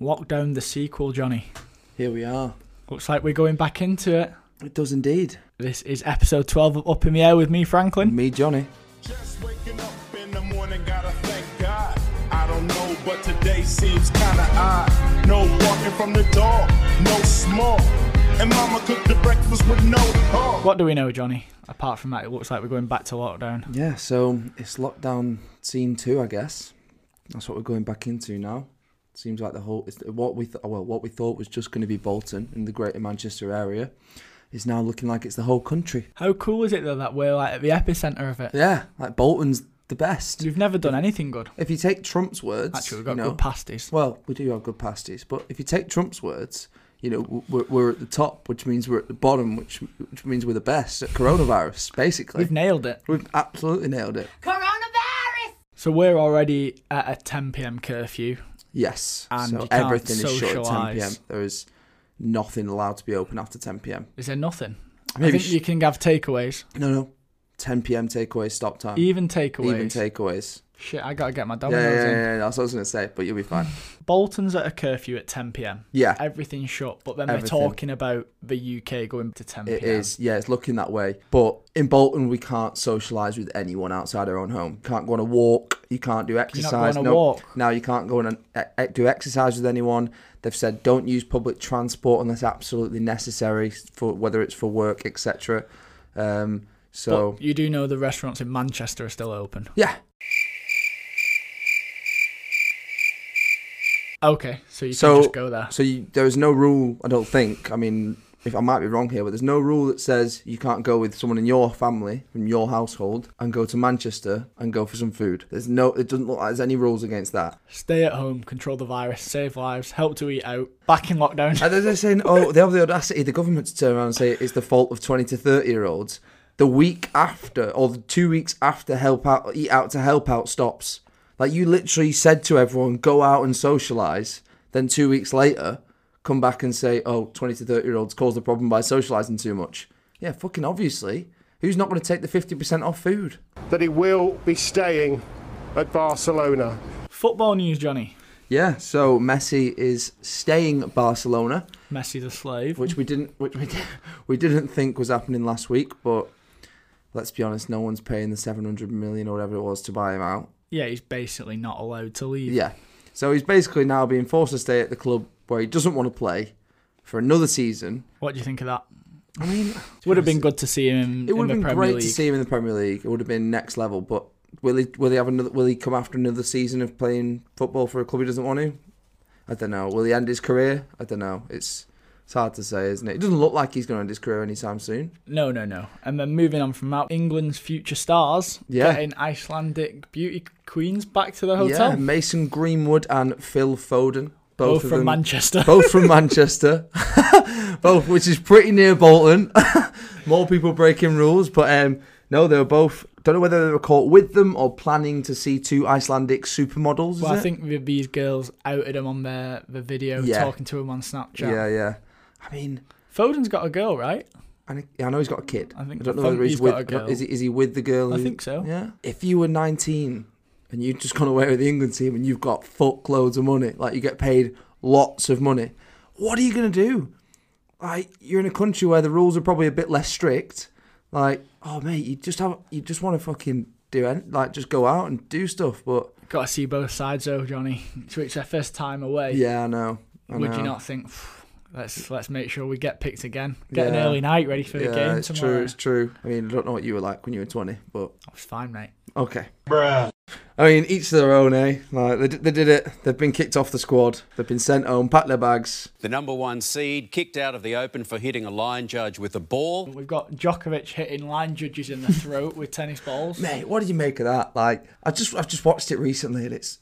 Lockdown, the sequel, Johnny. Here we are. Looks like we're going back into it. It does indeed. This is episode 12 of Up in the Air with me, Franklin. Me, Johnny. Just waking up in the morning, gotta thank God. I don't know, but today seems kinda odd. No walking from the door, no smoke. And mama cooked the breakfast with no pork. What do we know, Johnny? Apart from that, it looks like we're going back to lockdown. Yeah, so it's lockdown scene two, I guess. That's what we're going back into now. Seems like the whole it's, what we th- well what we thought was just going to be Bolton in the Greater Manchester area is now looking like it's the whole country. How cool is it, though, that we're like at the epicenter of it? Yeah, like Bolton's the best. We've never done anything good. If you take Trump's words, Actually, we've got you know, good pasties. Well, we do have good pasties, but if you take Trump's words, you know w- we're, we're at the top, which means we're at the bottom, which which means we're the best at coronavirus. Basically, We've nailed it. we've absolutely nailed it. Coronavirus! So we're already at a 10 pm curfew. Yes. And so you can't everything is shut at 10 p.m. socialise. There is nothing allowed to be open after 10 p.m. Is there nothing? I Maybe think sh- you can have takeaways. No, no. 10 p.m. takeaway stop time. Even takeaways. Um, Even takeaways. Shit, I gotta get my Yeah, dominoes yeah, yeah, in. yeah, That's what I was gonna say, but you'll be fine. Bolton's at a curfew at 10 pm. Yeah. Everything's shut, but then Everything. we're talking about the UK going to 10 It is. pm. yeah, it's looking that way. But in Bolton, we can't socialise with anyone outside our own home. Can't go on a walk. You can't do go exercise. on a no, walk? Now you can't go on and e- e- do exercise with anyone. They've said don't use public transport unless absolutely necessary for whether it's for work, etc. Um, so But you do know the restaurants in Manchester are still open. yeah, Okay, so you so can just go there. So you, there is no rule. I don't think. I mean, if I might be wrong here, but there's no rule that says you can't go with someone in your family from your household and go to Manchester and go for some food. There's no. It doesn't look like there's any rules against that. Stay at home, control the virus, save lives, help to eat out, back in lockdown. And then they're saying, oh, they have the audacity, the government, to turn around and say it's the fault of 20 to 30 year olds. The week after, or the two weeks after, help out, eat out to help out stops. Like you literally said to everyone, go out and socialise. Then two weeks later, come back and say, oh, 20 to 30 year olds caused the problem by socialising too much. Yeah, fucking obviously. Who's not going to take the 50% off food? that he will be staying at Barcelona. Football news, Johnny. Yeah, so Messi is staying at Barcelona. Messi the slave. which we didn't which we, did- we didn't think was happening last week but let's be honest no one's paying the 700 million or whatever it was to buy him out Yeah, he's basically not allowed to leave. yeah so he's basically now being forced to stay at the club where he doesn't want to play for another season What do you think of that? i mean Would have been good to see him in, it would the have been Premier great League. to see him in the premier league it would have been next level but will he will he have another will he come after another season of playing football for a club he doesn't want to i don't know will he end his career i don't know it's it's hard to say isn't it it doesn't look like he's going to end his career anytime soon No, no, no. And then moving on from that, England's future stars Yeah. getting Icelandic beauty queens back to the hotel. Yeah, Mason Greenwood and Phil Foden, both, both of from them, Manchester. both from Manchester, both which is pretty near Bolton. More people breaking rules, but um, no, they were both. Don't know whether they were caught with them or planning to see two Icelandic supermodels. Is Well, it? I think the, these girls outed him on their the video Yeah. talking to him on Snapchat. yeah, yeah. I mean, Foden's got a girl, right? and I know he's got a kid. I think- I don't I know whether think he's, he's with. got a I don't- girl. Is he, is he with the girl? I who- think so. Yeah. If you were 19 and you just gone away with the England team and you've got fuckloads of money, like you get paid lots of money, what are you gonna do? Like you're in a country where the rules are probably a bit less strict. Like, oh mate, you just have you just want to fucking do it, like just go out and do stuff. But Got to see both sides though, Johnny. So it's their first time away. yeah, I know. I Would know. you not think? "Phew, Let's let's make sure we get picked again. Get an Yeah. early night ready for Yeah, the game it's tomorrow. Oh, true. It's true. I mean, I don't know what you were like when you were 20, but It's fine, mate. Okay. Bruh. I mean, each to their own, eh? Like they, d- they did it. They've been kicked off the squad. They've been sent home, packed their bags. The number one seed kicked out of the open for hitting a line judge with a ball. We've got Djokovic hitting line judges in the throat with tennis balls. Mate, what did you make of that? Like, I just I've just watched it recently, and it's,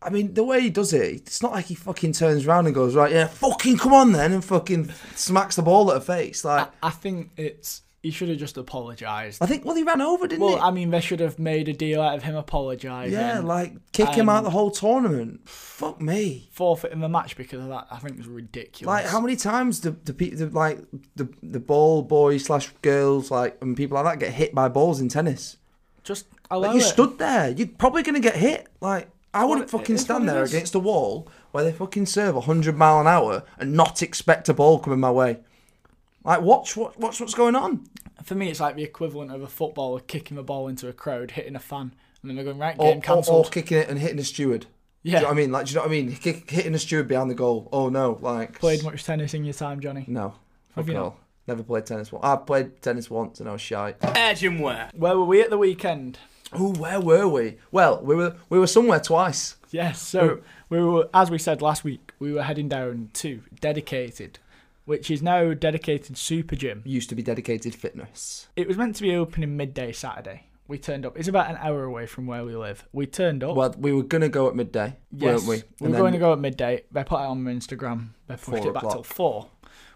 I mean, the way he does it, it's not like he fucking turns around and goes right, yeah, fucking come on then, and fucking smacks the ball at her face. Like, I think it's he should have just apologised. I think well, he ran over, didn't Well, he? I mean, they should have made a deal out of him apologising. yeah, like kick him um, out the whole tournament. Fuck me. forfeiting the match because of that. I think it's ridiculous. Like how many times do the people the, like the the ball boys slash girls like and people like that get hit by balls in tennis? Just allow Like you it. stood there, you're probably gonna get hit. Like I wouldn't Oh, Well, it fucking is stand what it there is. against a wall where they fucking serve 100 mile an hour and not expect a ball coming my way. Like, watch, what, watch what's going on. For me, it's like the equivalent of a footballer kicking a ball into a crowd, hitting a fan, and then they're going right Or, game or, or cancelled. kicking it and hitting a steward. Yeah. Do you know what I mean? Like, do you know what I mean? Kick, hitting a steward behind the goal. Oh no, like Played much tennis in your time, Johnny? No, Have you fucking not? all. Never played tennis. once. I played tennis once and I was shy. Where were we at the weekend? Oh, where were we? Well, we were we were somewhere twice. Yes, so we were, as we said last week, we were heading down to Dedicated, which is now Dedicated Super Gym. Used to be dedicated fitness. It was meant to be opening midday Saturday. We turned up. It's about an hour away from where we live. We turned up. Well, we were gonna go at midday, yes, weren't we? we were going to go at midday. They put it on their Instagram. They pushed Four it back till o'clock. four.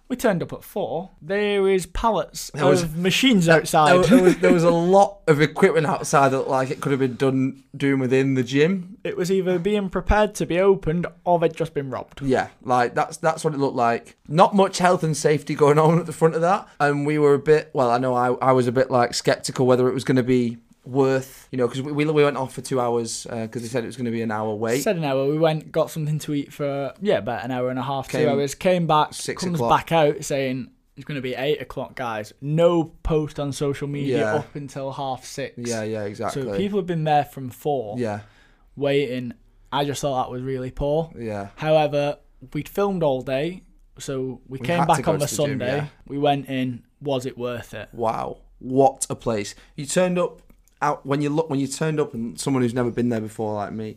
We turned up at four. There is pallets There was- of machines There, outside. wa- there was, there was a lot of equipment outside that like it could have been done doing within the gym. it was either being prepared to be opened or they'd just been robbed. Yeah, like that's that's what it looked like. Not much health and safety going on at the front of that, and we were a bit. Well, I know I, I was a bit like skeptical whether it was going to be worth, you know, because we, we we went off for two hours because they said it was going to be an hour wait. Said an hour. We went, got something to eat for yeah, about an hour and a half, Came two hours. Came back, six comes o'clock. back out saying it's going to be eight o'clock, guys. No post on social media Yeah. up until half six. yeah, yeah, exactly. So people have been there from four, yeah, waiting. I just thought that was really poor. yeah. However, we'd filmed all day, so we, had came to back go on to the the gym, Sunday. yeah. We went in. Was it worth it? Wow, what a place! You turned up out when you look when you turned up, and someone who's never been there before like me,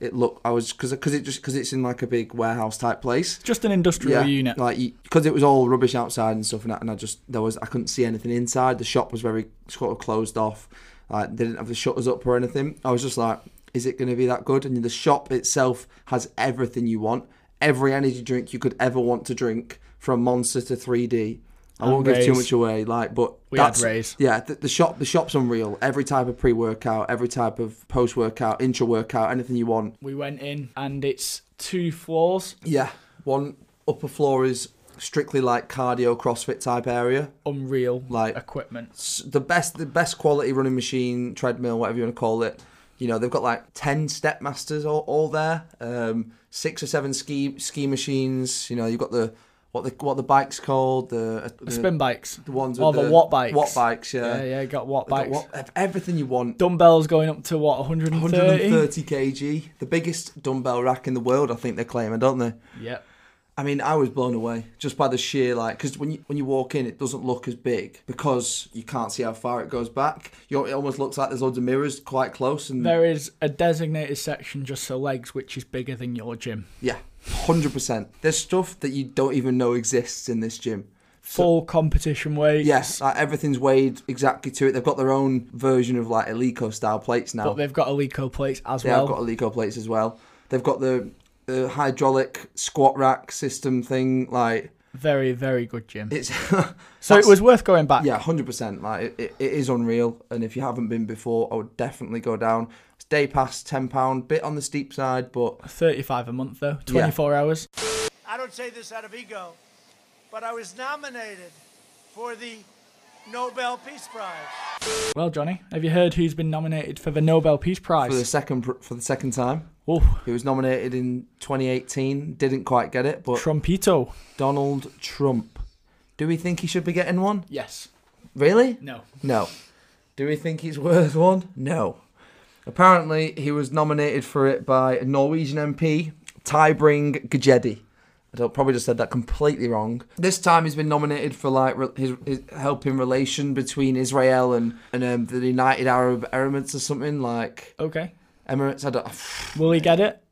it looked I was because because it just because it's in like a big warehouse type place. Just an industrial unit. like because it was all rubbish outside and stuff, and I, and I just there was I couldn't see anything inside. The shop was very sort of closed off. Like they didn't have the shutters up or anything. I was just like, is it going to be that good? And the shop itself has everything you want, every energy drink you could ever want to drink, from Monster to 3D. I And won't give too Rays. much away, like, but We had that's- Rays. Yeah, the, the shop, the shop's unreal. Every type of pre-workout, every type of post-workout, intra-workout, anything you want. we went in, and it's two floors. Yeah, one upper floor is strictly like cardio CrossFit type area. Unreal Like- equipment. S- The best, the best quality running machine, treadmill, whatever you want to call it. You know they've got like ten step masters all, all there, um, six or seven ski ski machines. You know you've got the what the what the bike's called the, the spin bikes. the ones or with the, watt bikes. watt bikes. Yeah, Yeah, yeah, got watt They've got bikes. what- everything you want. Dumbbells going up to what 130? 130 kg, the biggest dumbbell rack in the world. I think they're claiming, don't they? Yep. I mean, I was blown away just by the sheer like because when you when you walk in, it doesn't look as big because you can't see how far it goes back. You it almost looks like there's loads of mirrors quite close, and There is a designated section just for legs, which is bigger than your gym. yeah, hundred percent. There's stuff that you don't even know exists in this gym. Full competition weights. Yes, like everything's weighed exactly to it. They've got their own version of like Elico style plates now. But they've got Alico plates as They well. have got Alico plates as well. They've got the, the hydraulic squat rack system thing. Like Very, very good gym. it's so it that's- was worth going back. Yeah, hundred percent. Like it, it, it is unreal. And if you haven't been before, I would definitely go down. It's day pass, ten pound, bit on the steep side, but 35 a month though, 24 hours. I don't say this out of ego, but I was nominated for the Nobel Peace Prize. Well, Johnny, have you heard who's been nominated for the Nobel Peace for the Prize? second pr- for the second time, Oh, he was nominated in 2018. Didn't quite get it, but Trumpito. Donald Trump. Do we think he should be getting one? Yes. Really? No. No. Do we think he's worth one? No. Apparently, he was nominated for it by a Norwegian MP, Tybring Gajedi. I don't, probably just said that completely wrong. This time, he's been nominated for like re- his, his helping relation between Israel and and um, the United Arab Emirates or something like Okay. Emirates. I don't. Will he get it?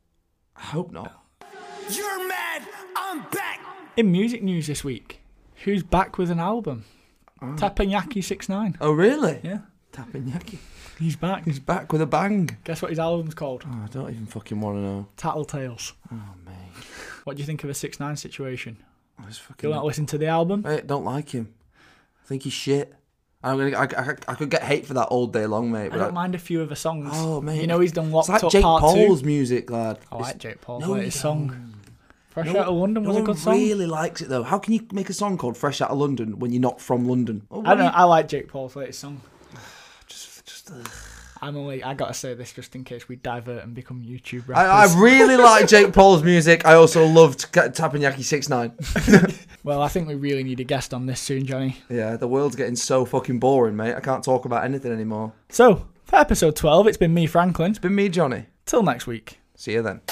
I hope not. You're mad, I'm back. In music news this week, who's back with an album? Ah. Teppanyaki 69. Oh really? Yeah, Tapanyaki. he's back. He's back with a bang. Guess what his album's called? Oh, I don't even fucking want to know. Tattletales. Oh, man. What do you think of a 6 9 situation? I was Oh, fucking. You'll not listen to the album? Mate, don't like him. I think he's shit. I'm gonna. I, I, I could get hate for that all day long, mate. I But don't mind a few of the songs. Oh, mate. You know he's done It's Locked like Up Jake Part Paul's 2. music, lad. I It's- like Jake Paul's No, latest you song. Fresh No Out of London was no a one good song. really likes it though. How can you make a song called "Fresh Out of London" when you're not from London? Oh, I what don't know, do I like Jake Paul's latest song. you- just, uh, just, ugh. I'm only. I gotta say this just in case we divert and become YouTube I, I rappers. really like Jake Paul's music. I also loved Ka- Tapanyaki Six Nine. well, I think we really need a guest on this soon, Johnny. Yeah, the world's getting so fucking boring, mate. I can't talk about anything anymore. So for episode 12, it's been me, Franklin. Been me, Johnny. Till next week. See you then.